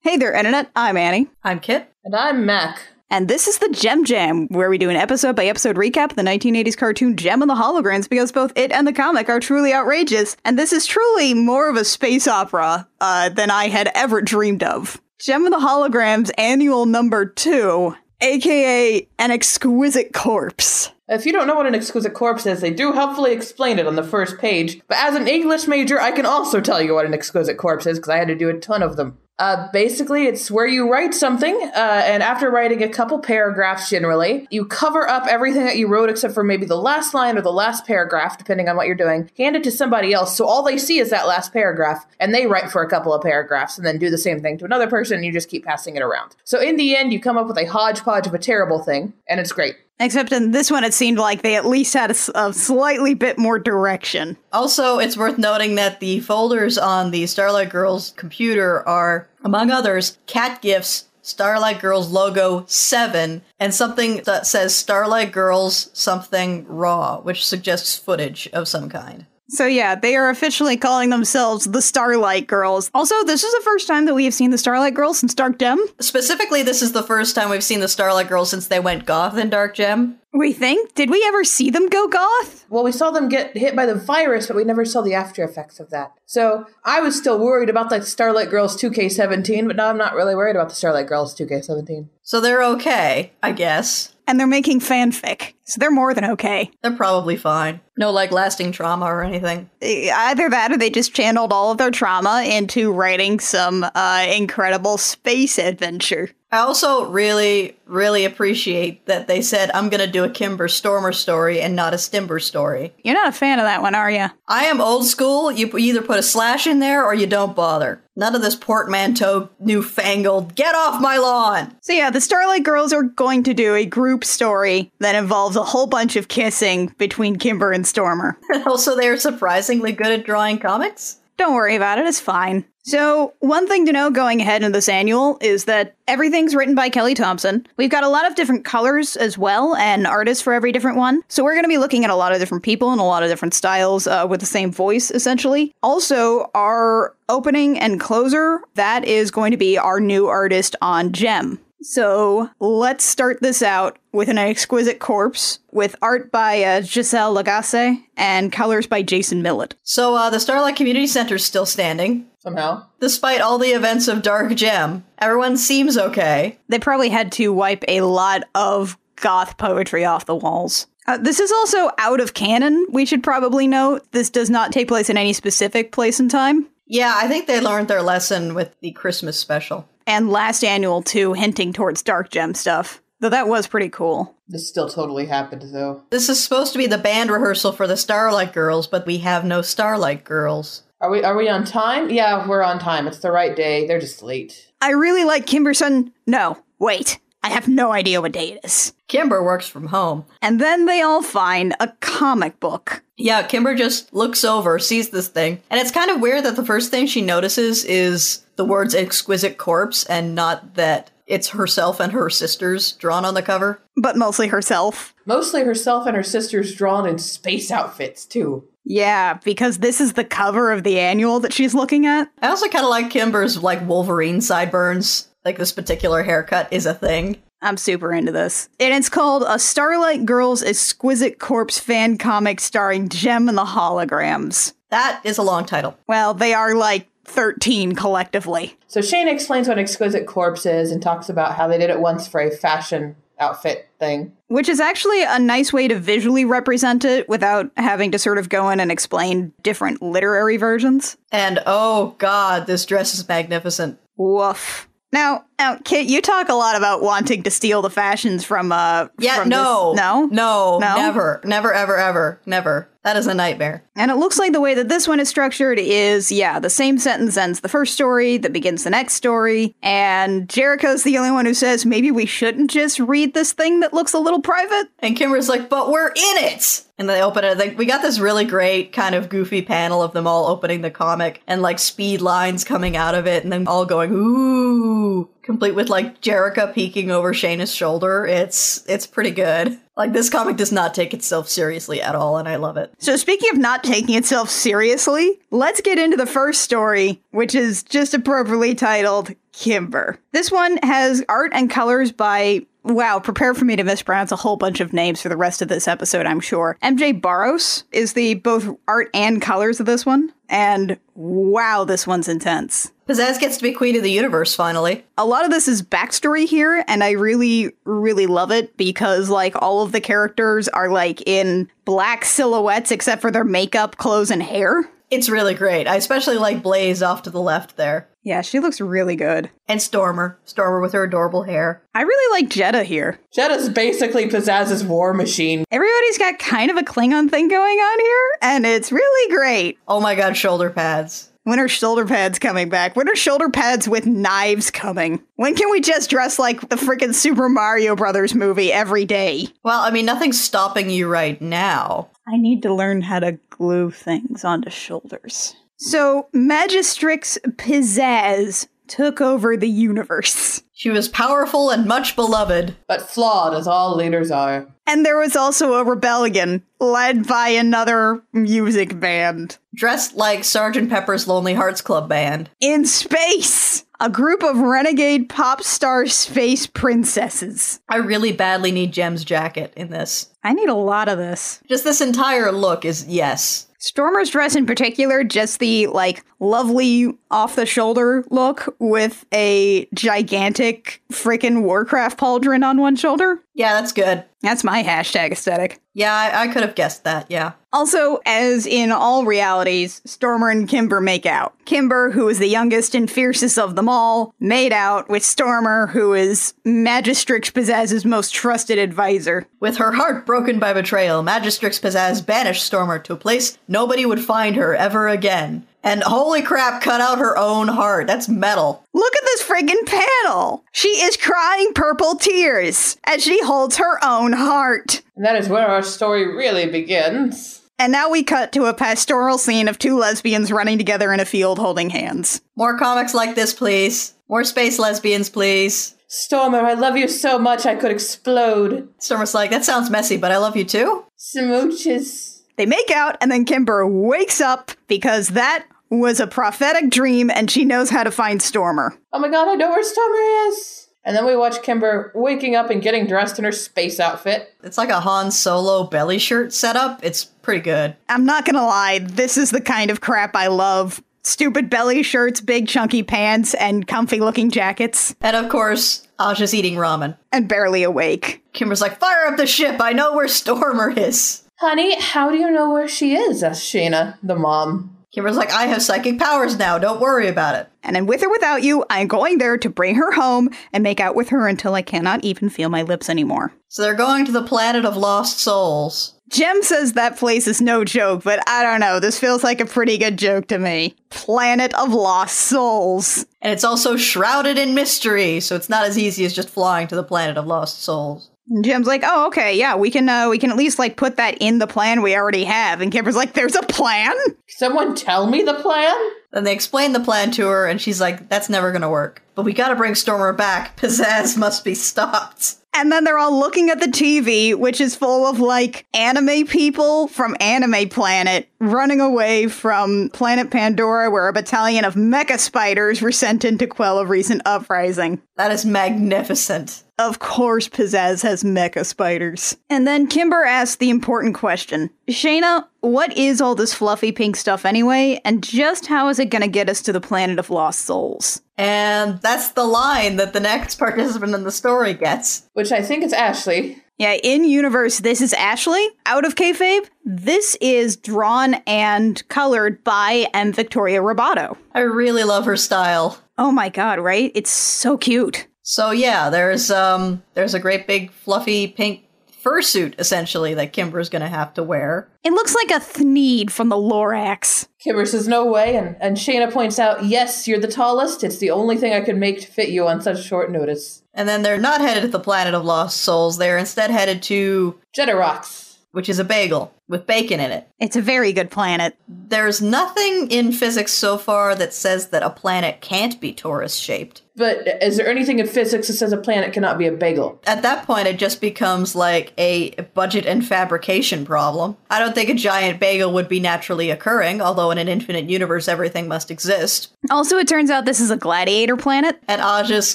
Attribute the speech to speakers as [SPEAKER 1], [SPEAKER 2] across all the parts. [SPEAKER 1] Hey there, Internet. I'm Annie.
[SPEAKER 2] I'm Kit.
[SPEAKER 3] And I'm Mac.
[SPEAKER 1] And this is the Gem Jam, where we do an episode by episode recap of the 1980s cartoon Gem and the Holograms because both it and the comic are truly outrageous. And this is truly more of a space opera uh, than I had ever dreamed of. Gem and the Holograms annual number two, aka An Exquisite Corpse.
[SPEAKER 3] If you don't know what an exquisite corpse is, they do helpfully explain it on the first page. But as an English major, I can also tell you what an exquisite corpse is because I had to do a ton of them. Uh, basically, it's where you write something, uh, and after writing a couple paragraphs generally, you cover up everything that you wrote except for maybe the last line or the last paragraph, depending on what you're doing, hand it to somebody else. So all they see is that last paragraph, and they write for a couple of paragraphs and then do the same thing to another person, and you just keep passing it around. So in the end, you come up with a hodgepodge of a terrible thing, and it's great.
[SPEAKER 1] Except in this one, it seemed like they at least had a, s- a slightly bit more direction.
[SPEAKER 2] Also, it's worth noting that the folders on the Starlight Girls computer are, among others, cat gifts, Starlight Girls logo 7, and something that says Starlight Girls something raw, which suggests footage of some kind.
[SPEAKER 1] So yeah, they are officially calling themselves the Starlight Girls. Also, this is the first time that we have seen the Starlight Girls since Dark Gem.
[SPEAKER 2] Specifically, this is the first time we've seen the Starlight Girls since they went goth in Dark Gem.
[SPEAKER 1] We think? Did we ever see them go goth?
[SPEAKER 3] Well, we saw them get hit by the virus, but we never saw the after effects of that. So I was still worried about the Starlight Girls 2K17, but now I'm not really worried about the Starlight Girls 2K17.
[SPEAKER 2] So they're okay, I guess.
[SPEAKER 1] And they're making fanfic, so they're more than okay.
[SPEAKER 2] They're probably fine. No, like, lasting trauma or anything.
[SPEAKER 1] Eh, Either that, or they just channeled all of their trauma into writing some uh, incredible space adventure.
[SPEAKER 2] I also really, really appreciate that they said, I'm going to do a Kimber Stormer story and not a Stimber story.
[SPEAKER 1] You're not a fan of that one, are you?
[SPEAKER 2] I am old school. You p- either put a slash in there or you don't bother. None of this portmanteau, newfangled, get off my lawn.
[SPEAKER 1] So yeah, the Starlight Girls are going to do a group story that involves a whole bunch of kissing between Kimber and Stormer.
[SPEAKER 2] And also, they are surprisingly good at drawing comics.
[SPEAKER 1] Don't worry about it, it's fine. So, one thing to know going ahead in this annual is that everything's written by Kelly Thompson. We've got a lot of different colors as well, and artists for every different one. So, we're going to be looking at a lot of different people and a lot of different styles uh, with the same voice, essentially. Also, our opening and closer, that is going to be our new artist on Gem. So, let's start this out with an exquisite corpse with art by uh, Giselle Lagasse and colors by Jason Millett.
[SPEAKER 2] So, uh, the Starlight Community Center is still standing.
[SPEAKER 3] Somehow.
[SPEAKER 2] Despite all the events of Dark Gem, everyone seems okay.
[SPEAKER 1] they probably had to wipe a lot of goth poetry off the walls. Uh, this is also out of canon, we should probably note. This does not take place in any specific place and time.
[SPEAKER 2] Yeah, I think they learned their lesson with the Christmas special.
[SPEAKER 1] And last annual, too, hinting towards Dark Gem stuff. Though that was pretty cool.
[SPEAKER 3] This still totally happened, though.
[SPEAKER 2] This is supposed to be the band rehearsal for the Starlight Girls, but we have no Starlight Girls.
[SPEAKER 3] Are we are we on time? Yeah, we're on time. It's the right day. They're just late.
[SPEAKER 1] I really like Kimberson. No, wait. I have no idea what day it is.
[SPEAKER 2] Kimber works from home.
[SPEAKER 1] And then they all find a comic book.
[SPEAKER 2] Yeah, Kimber just looks over, sees this thing, and it's kind of weird that the first thing she notices is the words exquisite corpse and not that it's herself and her sisters drawn on the cover.
[SPEAKER 1] But mostly herself.
[SPEAKER 3] Mostly herself and her sisters drawn in space outfits, too.
[SPEAKER 1] Yeah, because this is the cover of the annual that she's looking at.
[SPEAKER 2] I also kind of like Kimber's like Wolverine sideburns. Like this particular haircut is a thing.
[SPEAKER 1] I'm super into this. And it's called A Starlight Girls Exquisite Corpse Fan Comic starring Gem and the Holograms.
[SPEAKER 2] That is a long title.
[SPEAKER 1] Well, they are like 13 collectively.
[SPEAKER 3] So Shane explains what an exquisite corpse is and talks about how they did it once for a fashion outfit thing.
[SPEAKER 1] Which is actually a nice way to visually represent it without having to sort of go in and explain different literary versions.
[SPEAKER 2] And oh god, this dress is magnificent.
[SPEAKER 1] Woof. Now, now, Kit, you talk a lot about wanting to steal the fashions from uh
[SPEAKER 2] Yeah,
[SPEAKER 1] from
[SPEAKER 2] no,
[SPEAKER 1] this- no
[SPEAKER 2] no,
[SPEAKER 1] No?
[SPEAKER 2] never, never, ever, ever, never. That is a nightmare.
[SPEAKER 1] And it looks like the way that this one is structured is, yeah, the same sentence ends the first story that begins the next story. And Jericho's the only one who says, maybe we shouldn't just read this thing that looks a little private.
[SPEAKER 2] And Kimber's like, but we're in it. And they open it. Like, we got this really great kind of goofy panel of them all opening the comic and like speed lines coming out of it and then all going, ooh, complete with like Jerica peeking over Shayna's shoulder. It's, it's pretty good. Like this comic does not take itself seriously at all, and I love it.
[SPEAKER 1] So, speaking of not taking itself seriously, let's get into the first story, which is just appropriately titled Kimber. This one has art and colors by. Wow, prepare for me to mispronounce a whole bunch of names for the rest of this episode, I'm sure. MJ Barros is the both art and colors of this one. And wow, this one's intense.
[SPEAKER 2] Pizzazz gets to be queen of the universe finally.
[SPEAKER 1] a lot of this is backstory here and i really really love it because like all of the characters are like in black silhouettes except for their makeup clothes and hair
[SPEAKER 2] It's really great. I especially like Blaze off to the left there,
[SPEAKER 1] yeah she looks really good
[SPEAKER 2] and Stormer, Stormer with her adorable hair.
[SPEAKER 1] i really like jetta here
[SPEAKER 3] Jetta's basically Pizzazz's war machine.
[SPEAKER 1] everybody's got kind of a klingon thing going on here and it's really great
[SPEAKER 2] Oh my god, shoulder pads.
[SPEAKER 1] when are shoulder pads coming back when are shoulder pads with knives coming when can we just dress like the freaking super mario brothers movie every day
[SPEAKER 2] Well, I mean, nothing's stopping you right now.
[SPEAKER 1] I need to learn how to glue things onto shoulders. So, Magistrix Pizzazz took over the universe.
[SPEAKER 2] She was powerful and much beloved.
[SPEAKER 3] But flawed as all leaders are.
[SPEAKER 1] And there was also a rebellion led by another music band
[SPEAKER 2] Dressed like Sgt. Pepper's Lonely Hearts Club Band.
[SPEAKER 1] in space. A group of renegade pop star space princesses.
[SPEAKER 2] I really badly need Jem's jacket in this.
[SPEAKER 1] I need a lot of this.
[SPEAKER 2] Just this entire look is yes.
[SPEAKER 1] Stormer's dress in particular, just the like lovely off the shoulder look with a gigantic freaking Warcraft pauldron on one shoulder.
[SPEAKER 2] Yeah, that's good.
[SPEAKER 1] That's my hashtag aesthetic.
[SPEAKER 2] Yeah, I, I could have guessed that. Yeah.
[SPEAKER 1] Also, as in all realities, Stormer and Kimber make out. Kimber, who is the youngest and fiercest of them all, made out with Stormer, who is Magistrix Pizzazz's most trusted advisor.
[SPEAKER 2] With her heart broken by betrayal, Magistrix Pizzazz banished Stormer to a place nobody would find her ever again. And holy crap, cut out her own heart. That's metal.
[SPEAKER 1] Look at this friggin' panel! She is crying purple tears as she holds her own heart.
[SPEAKER 3] And that is where our story really begins.
[SPEAKER 1] And now we cut to a pastoral scene of two lesbians running together in a field holding hands.
[SPEAKER 2] More comics like this, please. More space lesbians, please.
[SPEAKER 3] Stormer, I love you so much I could explode.
[SPEAKER 2] Stormer's like, that sounds messy, but I love you too.
[SPEAKER 3] Smooches.
[SPEAKER 1] They make out, and then Kimber wakes up because that was a prophetic dream and she knows how to find Stormer.
[SPEAKER 3] Oh my god, I know where Stormer is. And then we watch Kimber waking up and getting dressed in her space outfit.
[SPEAKER 2] It's like a Han Solo belly shirt setup. It's pretty good.
[SPEAKER 1] I'm not gonna lie, this is the kind of crap I love. Stupid belly shirts, big chunky pants, and comfy looking jackets,
[SPEAKER 2] And of course, Aja's eating ramen.
[SPEAKER 1] and barely awake.
[SPEAKER 2] Kimber's like, fire up the ship. I know where Stormer is.
[SPEAKER 3] Honey, how do you know where she is? asked Shayna, the mom.
[SPEAKER 2] Kimber's like, I have psychic powers now. Don't worry about it.
[SPEAKER 1] And then, with or without you, I'm going there to bring her home and make out with her until I cannot even feel my lips anymore.
[SPEAKER 2] So they're going to the planet of lost souls.
[SPEAKER 1] Jem says that place is no joke, but I don't know. This feels like a pretty good joke to me. Planet of Lost Souls.
[SPEAKER 2] And it's also shrouded in mystery, so it's not as easy as just flying to the planet of lost souls.
[SPEAKER 1] And Jim's like, oh, okay, yeah, we can, uh, we can at least like put that in the plan we already have. And Kimber's like, there's a plan.
[SPEAKER 3] Someone tell me the plan?
[SPEAKER 2] Then they explain the plan to her, and she's like, that's never gonna work. But we gotta bring Stormer back. Pizzazz must be stopped.
[SPEAKER 1] And then they're all looking at the TV, which is full of like anime people from Anime Planet running away from Planet Pandora, where a battalion of mecha spiders were sent in to quell a recent uprising.
[SPEAKER 2] That is magnificent.
[SPEAKER 1] Of course, Pizzazz has mecha spiders. And then Kimber asks the important question Shayna, what is all this fluffy pink stuff anyway? And just how is it going to get us to the planet of lost souls?
[SPEAKER 2] And that's the line that the next participant in the story gets.
[SPEAKER 3] Which I think is Ashley.
[SPEAKER 1] Yeah, in universe, this is Ashley out of kayfabe. This is drawn and colored by M. Victoria Roboto.
[SPEAKER 2] I really love her style.
[SPEAKER 1] Oh my god, right? It's so cute.
[SPEAKER 2] So yeah, there's um there's a great big fluffy pink fursuit essentially that Kimber's gonna have to wear.
[SPEAKER 1] It looks like a Thneed from the Lorax.
[SPEAKER 3] Kimber says, No way. And, and Shayna points out, Yes, you're the tallest. It's the only thing I could make to fit you on such short notice.
[SPEAKER 2] And then they're not headed to the planet of lost souls. They're instead headed to
[SPEAKER 3] Jetta rocks.
[SPEAKER 2] which is a bagel with bacon in it.
[SPEAKER 1] It's a very good planet.
[SPEAKER 2] There's nothing in physics so far that says that a planet can't be torus shaped.
[SPEAKER 3] But is there anything in physics that says a planet cannot be a bagel?
[SPEAKER 2] At that point, it just becomes like a budget and fabrication problem. I don't think a giant bagel would be naturally occurring, although in an infinite universe, everything must exist.
[SPEAKER 1] Also, it turns out this is a gladiator planet.
[SPEAKER 2] And Aja's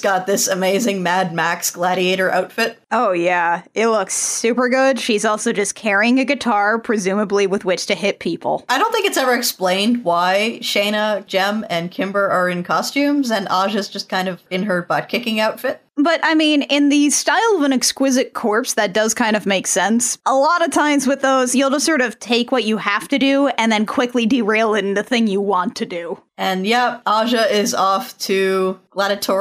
[SPEAKER 2] got this amazing Mad Max gladiator outfit.
[SPEAKER 1] Oh, yeah. It looks super good. She's also just carrying a guitar, presumably with which to hit people.
[SPEAKER 2] I don't think it's ever explained why Shayna, Jem, and Kimber are in costumes, and Aja's just kind of in her butt kicking outfit.
[SPEAKER 1] But I mean, in the style of an exquisite corpse, that does kind of make sense. A lot of times with those, you'll just sort of take what you have to do and then quickly derail it into the thing you want to do.
[SPEAKER 2] And yep, Aja is off to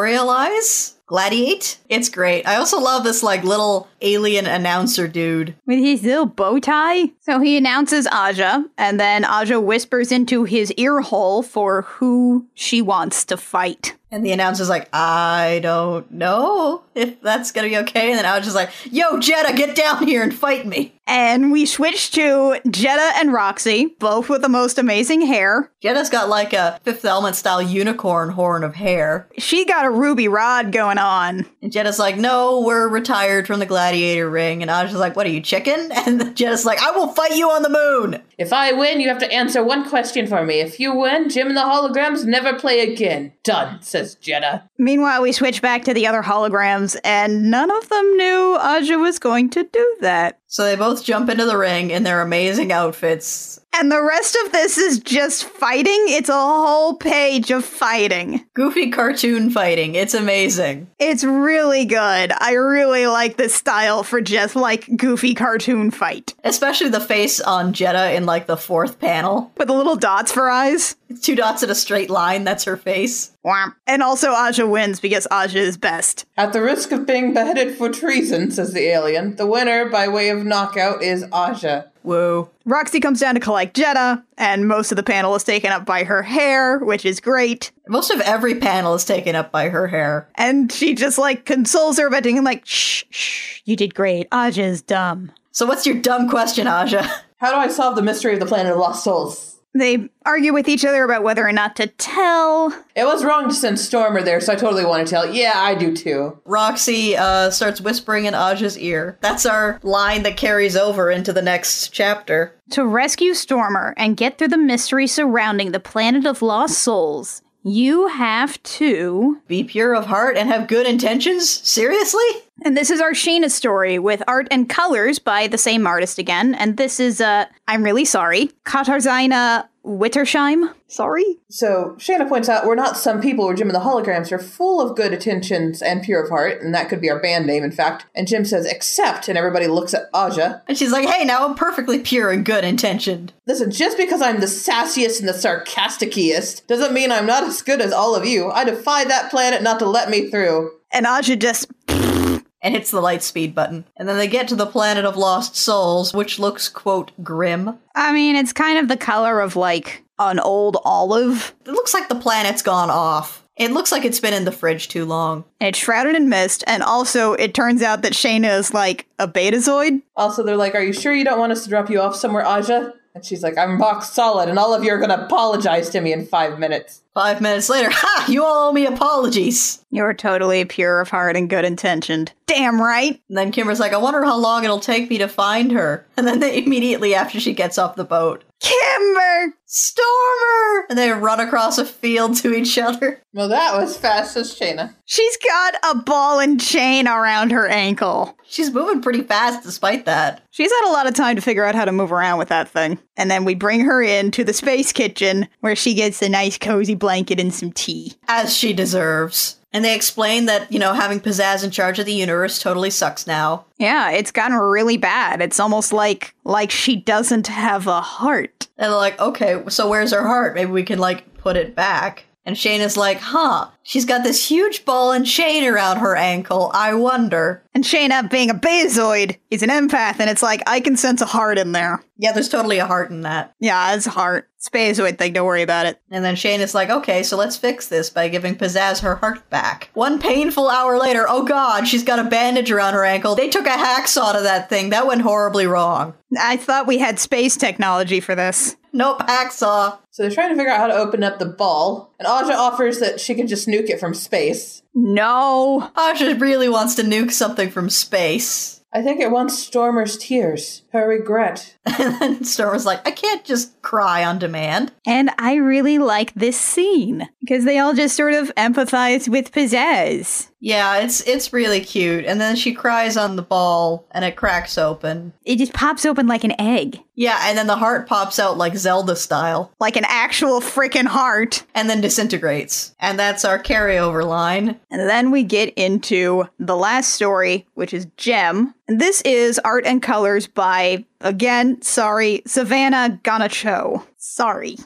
[SPEAKER 2] gladiatorialize. Gladiate. It's great. I also love this like little alien announcer dude.
[SPEAKER 1] With his little bow tie? So he announces Aja, and then Aja whispers into his ear hole for who she wants to fight.
[SPEAKER 2] And the announcer's like, I don't know if that's gonna be okay. And then I was just like, Yo, Jetta, get down here and fight me.
[SPEAKER 1] And we switch to Jetta and Roxy, both with the most amazing hair.
[SPEAKER 2] Jetta's got like a Fifth Element style unicorn horn of hair.
[SPEAKER 1] She got a ruby rod going on.
[SPEAKER 2] And Jetta's like, No, we're retired from the gladiator ring. And I was just like, What are you, chicken? And Jetta's like, I will fight you on the moon.
[SPEAKER 3] If I win, you have to answer one question for me. If you win, Jim and the holograms never play again. Done, says Jetta.
[SPEAKER 1] Meanwhile, we switch back to the other holograms, and none of them knew Aja was going to do that.
[SPEAKER 2] So they both jump into the ring in their amazing outfits.
[SPEAKER 1] And the rest of this is just fighting. It's a whole page of fighting.
[SPEAKER 2] Goofy cartoon fighting. It's amazing.
[SPEAKER 1] It's really good. I really like this style for just like goofy cartoon fight.
[SPEAKER 2] Especially the face on Jetta in like the fourth panel.
[SPEAKER 1] With the little dots for eyes.
[SPEAKER 2] It's two dots in a straight line. That's her face.
[SPEAKER 1] Whomp. And also, Aja wins because Aja is best.
[SPEAKER 3] At the risk of being beheaded for treason, says the alien, the winner by way of knockout is Aja.
[SPEAKER 2] Whoa.
[SPEAKER 1] Roxy comes down to collect Jetta, and most of the panel is taken up by her hair, which is great.
[SPEAKER 2] Most of every panel is taken up by her hair.
[SPEAKER 1] And she just like consoles her by being like, shh, shh, you did great. Aja's dumb.
[SPEAKER 2] So, what's your dumb question, Aja?
[SPEAKER 3] How do I solve the mystery of the planet of lost souls?
[SPEAKER 1] They argue with each other about whether or not to tell.
[SPEAKER 3] It was wrong to send Stormer there, so I totally want to tell. Yeah, I do too.
[SPEAKER 2] Roxy uh, starts whispering in Aja's ear. That's our line that carries over into the next chapter.
[SPEAKER 1] To rescue Stormer and get through the mystery surrounding the planet of lost souls, you have to.
[SPEAKER 2] Be pure of heart and have good intentions? Seriously?
[SPEAKER 1] And this is our Sheena story with art and colors by the same artist again. And this is, uh, I'm really sorry, Katarzyna Wittersheim. Sorry?
[SPEAKER 3] So Shanna points out we're not some people, we're Jim and the holograms. We're full of good intentions and pure of heart, and that could be our band name, in fact. And Jim says, except, and everybody looks at Aja.
[SPEAKER 2] And she's like, hey, now I'm perfectly pure and good intentioned.
[SPEAKER 3] Listen, just because I'm the sassiest and the sarcasticiest doesn't mean I'm not as good as all of you. I defy that planet not to let me through.
[SPEAKER 1] And Aja just
[SPEAKER 2] And hits the light speed button. And then they get to the planet of lost souls, which looks, quote, grim.
[SPEAKER 1] I mean, it's kind of the color of like an old olive.
[SPEAKER 2] It looks like the planet's gone off. It looks like it's been in the fridge too long.
[SPEAKER 1] And it's shrouded in mist, and also it turns out that Shayna is like a betazoid.
[SPEAKER 3] Also, they're like, Are you sure you don't want us to drop you off somewhere, Aja? And she's like, I'm rock solid, and all of you are going to apologize to me in five minutes.
[SPEAKER 2] Five minutes later, ha! You all owe me apologies.
[SPEAKER 1] You're totally pure of heart and good intentioned. Damn right.
[SPEAKER 2] And then Kimber's like, I wonder how long it'll take me to find her. And then they immediately after she gets off the boat,
[SPEAKER 1] Kimber!
[SPEAKER 2] Stormer! And they run across a field to each other.
[SPEAKER 3] Well, that was fast, says Shayna.
[SPEAKER 1] She's got a ball and chain around her ankle.
[SPEAKER 2] She's moving pretty fast despite that.
[SPEAKER 1] She's had a lot of time to figure out how to move around with that thing. And then we bring her in to the space kitchen where she gets a nice cozy blanket and some tea.
[SPEAKER 2] As she deserves. And they explain that, you know, having Pizzazz in charge of the universe totally sucks now.
[SPEAKER 1] Yeah, it's gotten really bad. It's almost like like she doesn't have a heart.
[SPEAKER 2] And they're like, okay, so where's her heart? Maybe we can, like, put it back. And Shane is like, huh, she's got this huge ball and chain around her ankle. I wonder.
[SPEAKER 1] And Shayna, being a bazoid, is an empath, and it's like I can sense a heart in there.
[SPEAKER 2] Yeah, there's totally a heart in that.
[SPEAKER 1] Yeah, it's a heart. It's a bazoid thing. Don't worry about it.
[SPEAKER 2] And then Shane is like, okay, so let's fix this by giving Pizzazz her heart back. One painful hour later, oh god, she's got a bandage around her ankle. They took a hacksaw to that thing. That went horribly wrong.
[SPEAKER 1] I thought we had space technology for this.
[SPEAKER 2] Nope, hacksaw.
[SPEAKER 3] So they're trying to figure out how to open up the ball, and Aja offers that she can just nuke it from space.
[SPEAKER 1] No.
[SPEAKER 2] Asha really wants to nuke something from space.
[SPEAKER 3] I think it wants Stormer's tears, her regret.
[SPEAKER 2] And then Stormer's like, I can't just cry on demand.
[SPEAKER 1] And I really like this scene because they all just sort of empathize with Pizzazz.
[SPEAKER 2] Yeah, it's it's really cute. And then she cries on the ball and it cracks open.
[SPEAKER 1] It just pops open like an egg,
[SPEAKER 2] Yeah, and then the heart pops out like Zelda style
[SPEAKER 1] like an actual freaking heart.
[SPEAKER 2] and then disintegrates. And that's our carryover line.
[SPEAKER 1] And then we get into the last story, which is Gem. And this is art and colors by, again, sorry, Savannah Ganacho. Sorry.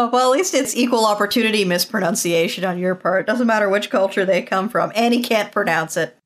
[SPEAKER 2] Oh, well, at least it's equal opportunity mispronunciation on your part. Doesn't matter which culture they come from. Annie can't pronounce it.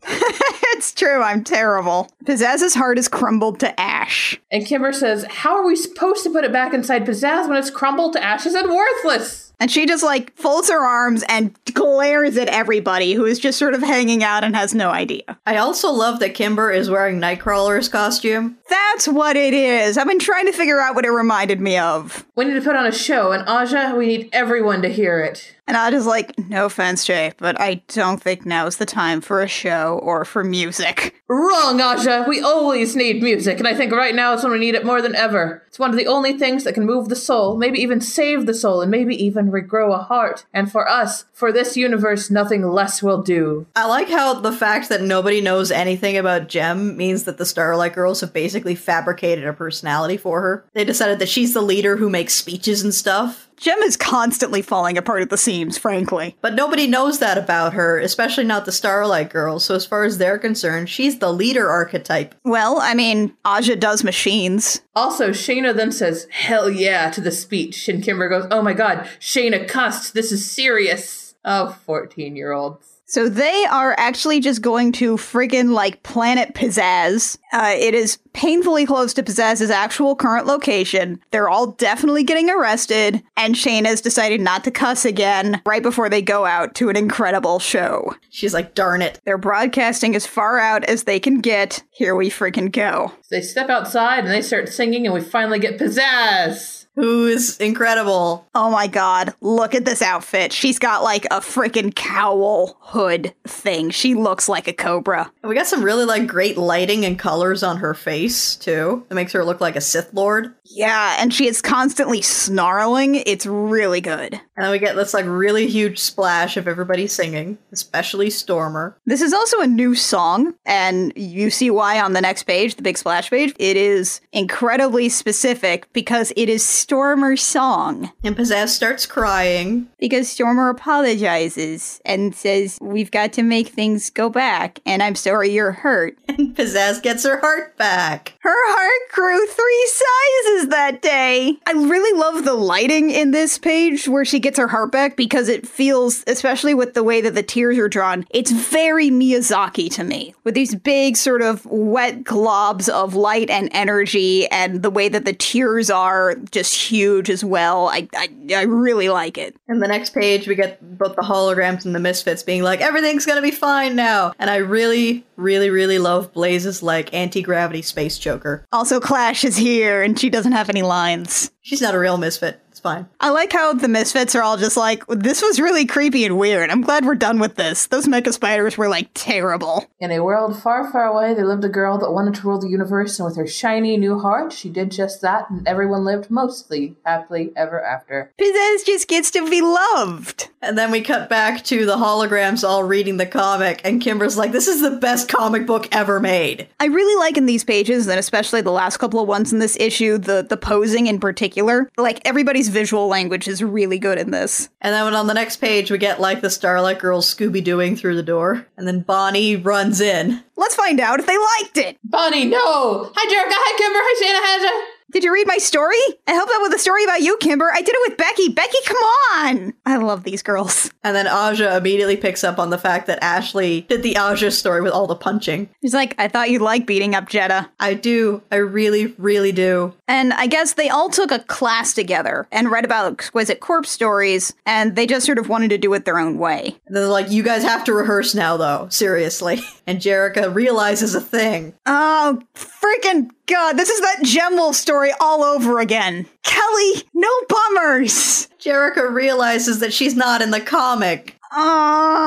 [SPEAKER 1] It's true, I'm terrible. Pizzazz's heart is crumbled to ash.
[SPEAKER 3] And Kimber says, How are we supposed to put it back inside Pizzazz when it's crumbled to ashes and worthless?
[SPEAKER 1] And she just like folds her arms and glares at everybody who is just sort of hanging out and has no idea.
[SPEAKER 2] I also love that Kimber is wearing Nightcrawler's costume.
[SPEAKER 1] That's what it is. I've been trying to figure out what it reminded me of.
[SPEAKER 3] We need to put on a show, and Aja, we need everyone to hear it.
[SPEAKER 1] And I was like, no offense, Jay, but I don't think now's the time for a show or for music.
[SPEAKER 3] Wrong, Aja! We always need music, and I think right now is when we need it more than ever. It's one of the only things that can move the soul, maybe even save the soul, and maybe even regrow a heart. And for us, for this universe, nothing less will do.
[SPEAKER 2] I like how the fact that nobody knows anything about Gem means that the Starlight Girls have basically fabricated a personality for her. They decided that she's the leader who makes speeches and stuff.
[SPEAKER 1] Jem is constantly falling apart at the seams, frankly.
[SPEAKER 2] But nobody knows that about her, especially not the Starlight Girls. So, as far as they're concerned, she's the leader archetype.
[SPEAKER 1] Well, I mean, Aja does machines.
[SPEAKER 3] Also, Shayna then says, Hell yeah, to the speech. And Kimber goes, Oh my god, Shayna cussed. This is serious. Oh, 14 year olds.
[SPEAKER 1] So they are actually just going to friggin' like planet Pizzazz. Uh, it is painfully close to Pizzazz's actual current location. They're all definitely getting arrested, and Shane has decided not to cuss again right before they go out to an incredible show.
[SPEAKER 2] She's like, darn it.
[SPEAKER 1] They're broadcasting as far out as they can get. Here we friggin' go.
[SPEAKER 3] So they step outside and they start singing, and we finally get pizzazz.
[SPEAKER 2] Who is incredible.
[SPEAKER 1] Oh my god, look at this outfit. She's got like a friggin' cowl hood thing. She looks like a cobra.
[SPEAKER 2] And we got some really like great lighting and colors on her face, too. It makes her look like a Sith Lord.
[SPEAKER 1] Yeah, and she is constantly snarling. It's really good.
[SPEAKER 2] And then we get this like really huge splash of everybody singing, especially Stormer.
[SPEAKER 1] This is also a new song, and you see why on the next page, the big splash page. It is incredibly specific because it is Stormer's song.
[SPEAKER 2] And Pizzazz starts crying.
[SPEAKER 1] Because Stormer apologizes and says, We've got to make things go back, and I'm sorry you're hurt.
[SPEAKER 2] And Pizzazz gets her heart back.
[SPEAKER 1] Her heart grew three sizes that day. I really love the lighting in this page where she gets her heart back because it feels, especially with the way that the tears are drawn, it's very Miyazaki to me, with these big sort of wet globs of light and energy, and the way that the tears are just huge as well. I, I, I really like it.
[SPEAKER 2] And the next page, we get both the holograms and the misfits being like, everything's gonna be fine now. And I really, really, really love Blaze's like anti gravity space joker.
[SPEAKER 1] Also, Clash is here, and she doesn't have any lines.
[SPEAKER 2] She's not a real misfit. It's fine.
[SPEAKER 1] I like how the misfits are all just like, this was really creepy and weird. I'm glad we're done with this. Those mecha spiders were like terrible.
[SPEAKER 3] In a world far, far away, there lived a girl that wanted to rule the universe, and with her shiny new heart, she did just that, and everyone lived mostly happily ever after.
[SPEAKER 1] Pizzazz just gets to be loved.
[SPEAKER 2] And then we cut back to the holograms all reading the comic, and Kimber's like, this is the best comic book ever made.
[SPEAKER 1] I really like in these pages, and especially the last couple of ones in this issue, the the posing in particular. Like everybody's visual language is really good in this.
[SPEAKER 2] And then on the next page, we get like the Starlight Girls Scooby Dooing through the door, and then Bonnie runs in.
[SPEAKER 1] Let's find out if they liked it.
[SPEAKER 3] Bonnie, no! Hi, Jerica! Hi, Kimber! Hi, Shayna! Hi, Aja!
[SPEAKER 1] Did you read my story? I helped out with a story about you, Kimber. I did it with Becky. Becky, come on! I love these girls.
[SPEAKER 2] And then Aja immediately picks up on the fact that Ashley did the Aja story with all the punching.
[SPEAKER 1] She's like, I thought you'd like beating up Jetta.
[SPEAKER 2] I do. I really, really do.
[SPEAKER 1] And I guess they all took a class together and read about exquisite corpse stories, and they just sort of wanted to do it their own way.
[SPEAKER 2] And they're like, you guys have to rehearse now, though. Seriously. And Jerica realizes a thing.
[SPEAKER 1] Oh, freaking god, this is that Gem Wolf story all over again. Kelly, no bummers.
[SPEAKER 2] Jericho realizes that she's not in the comic.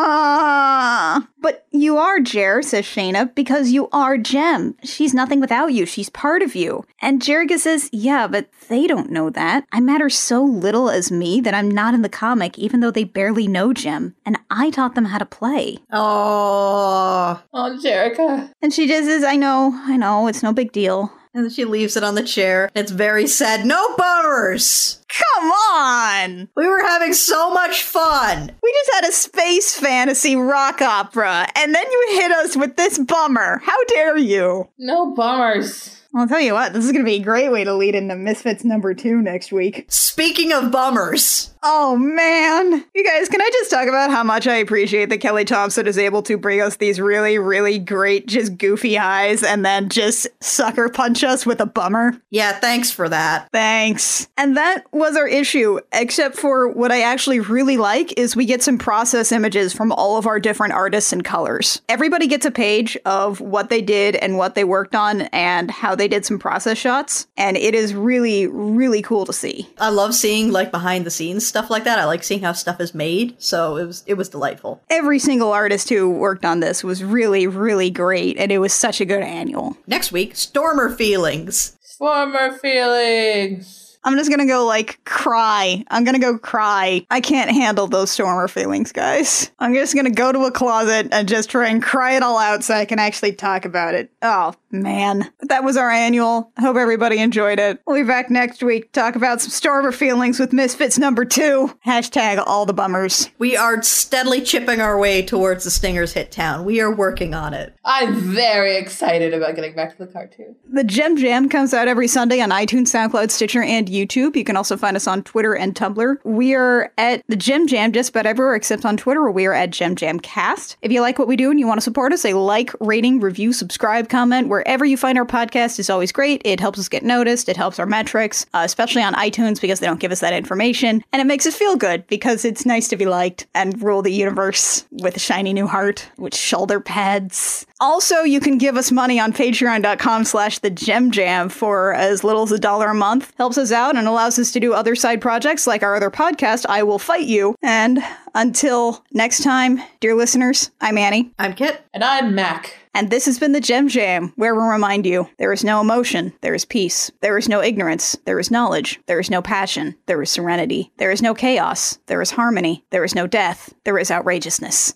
[SPEAKER 1] Ah, but you are Jer, says Shayna, because you are Gem. She's nothing without you. She's part of you. And Jerica says, Yeah, but they don't know that. I matter so little as me that I'm not in the comic, even though they barely know Gem. And I taught them how to play.
[SPEAKER 2] Oh.
[SPEAKER 3] Oh, Jerica.
[SPEAKER 1] And she just says, I know, I know, it's no big deal.
[SPEAKER 2] And then she leaves it on the chair. It's very sad. No bummers!
[SPEAKER 1] Come on!
[SPEAKER 2] We were having so much fun!
[SPEAKER 1] We just had a space fantasy rock opera, and then you hit us with this bummer. How dare you?
[SPEAKER 3] No bummers.
[SPEAKER 1] I'll tell you what, this is going to be a great way to lead into Misfits number two next week.
[SPEAKER 2] Speaking of bummers,
[SPEAKER 1] Oh man. You guys, can I just talk about how much I appreciate that Kelly Thompson is able to bring us these really, really great, just goofy eyes and then just sucker punch us with a bummer?
[SPEAKER 2] yeah, thanks for that.
[SPEAKER 1] Thanks. And that was our issue, except for what I actually really like is we get some process images from all of our different artists and colors. Everybody gets a page of what they did and what they worked on and how they did some process shots. And it is really, really cool to see.
[SPEAKER 2] I love seeing like behind the scenes stuff like that. I like seeing how stuff is made, so it was it was delightful.
[SPEAKER 1] Every single artist who worked on this was really, really great. And it was such a good annual.
[SPEAKER 2] Next week, Stormer feelings.
[SPEAKER 3] Former feelings.
[SPEAKER 1] I'm just gonna go like cry. I'm gonna go cry. I can't handle those stormer feelings, guys. I'm just gonna go to a closet and just try and cry it all out so I can actually talk about it. Oh man. But that was our annual. I hope everybody enjoyed it. We'll be back next week, to talk about some stormer feelings with Misfits number two. Hashtag all the bummers.
[SPEAKER 2] We are steadily chipping our way towards the Stingers hit town. We are working on it.
[SPEAKER 3] I'm very excited about getting back to the cartoon.
[SPEAKER 1] The Gem Jam comes out every Sunday on iTunes, SoundCloud, Stitcher, and YouTube. You can also find us on Twitter and Tumblr. We are at the Gem Jam just about everywhere except on Twitter, where we are at Gem Jam Cast. If you like what we do and you want to support us, a like, rating, review, subscribe, comment wherever you find our podcast is always great. It helps us get noticed. It helps our metrics, uh, especially on iTunes because they don't give us that information, and it makes us feel good because it's nice to be liked and rule the universe with a shiny new heart with shoulder pads. Also, you can give us money on patreon.com slash the gem jam for as little as a dollar a month. Helps us out and allows us to do other side projects like our other podcast, I Will Fight You. And until next time, dear listeners, I'm Annie.
[SPEAKER 2] I'm Kit.
[SPEAKER 3] And I'm Mac.
[SPEAKER 1] And this has been the Gem Jam, where we remind you there is no emotion, there is peace. There is no ignorance, there is knowledge. There is no passion, there is serenity. There is no chaos, there is harmony. There is no death, there is outrageousness.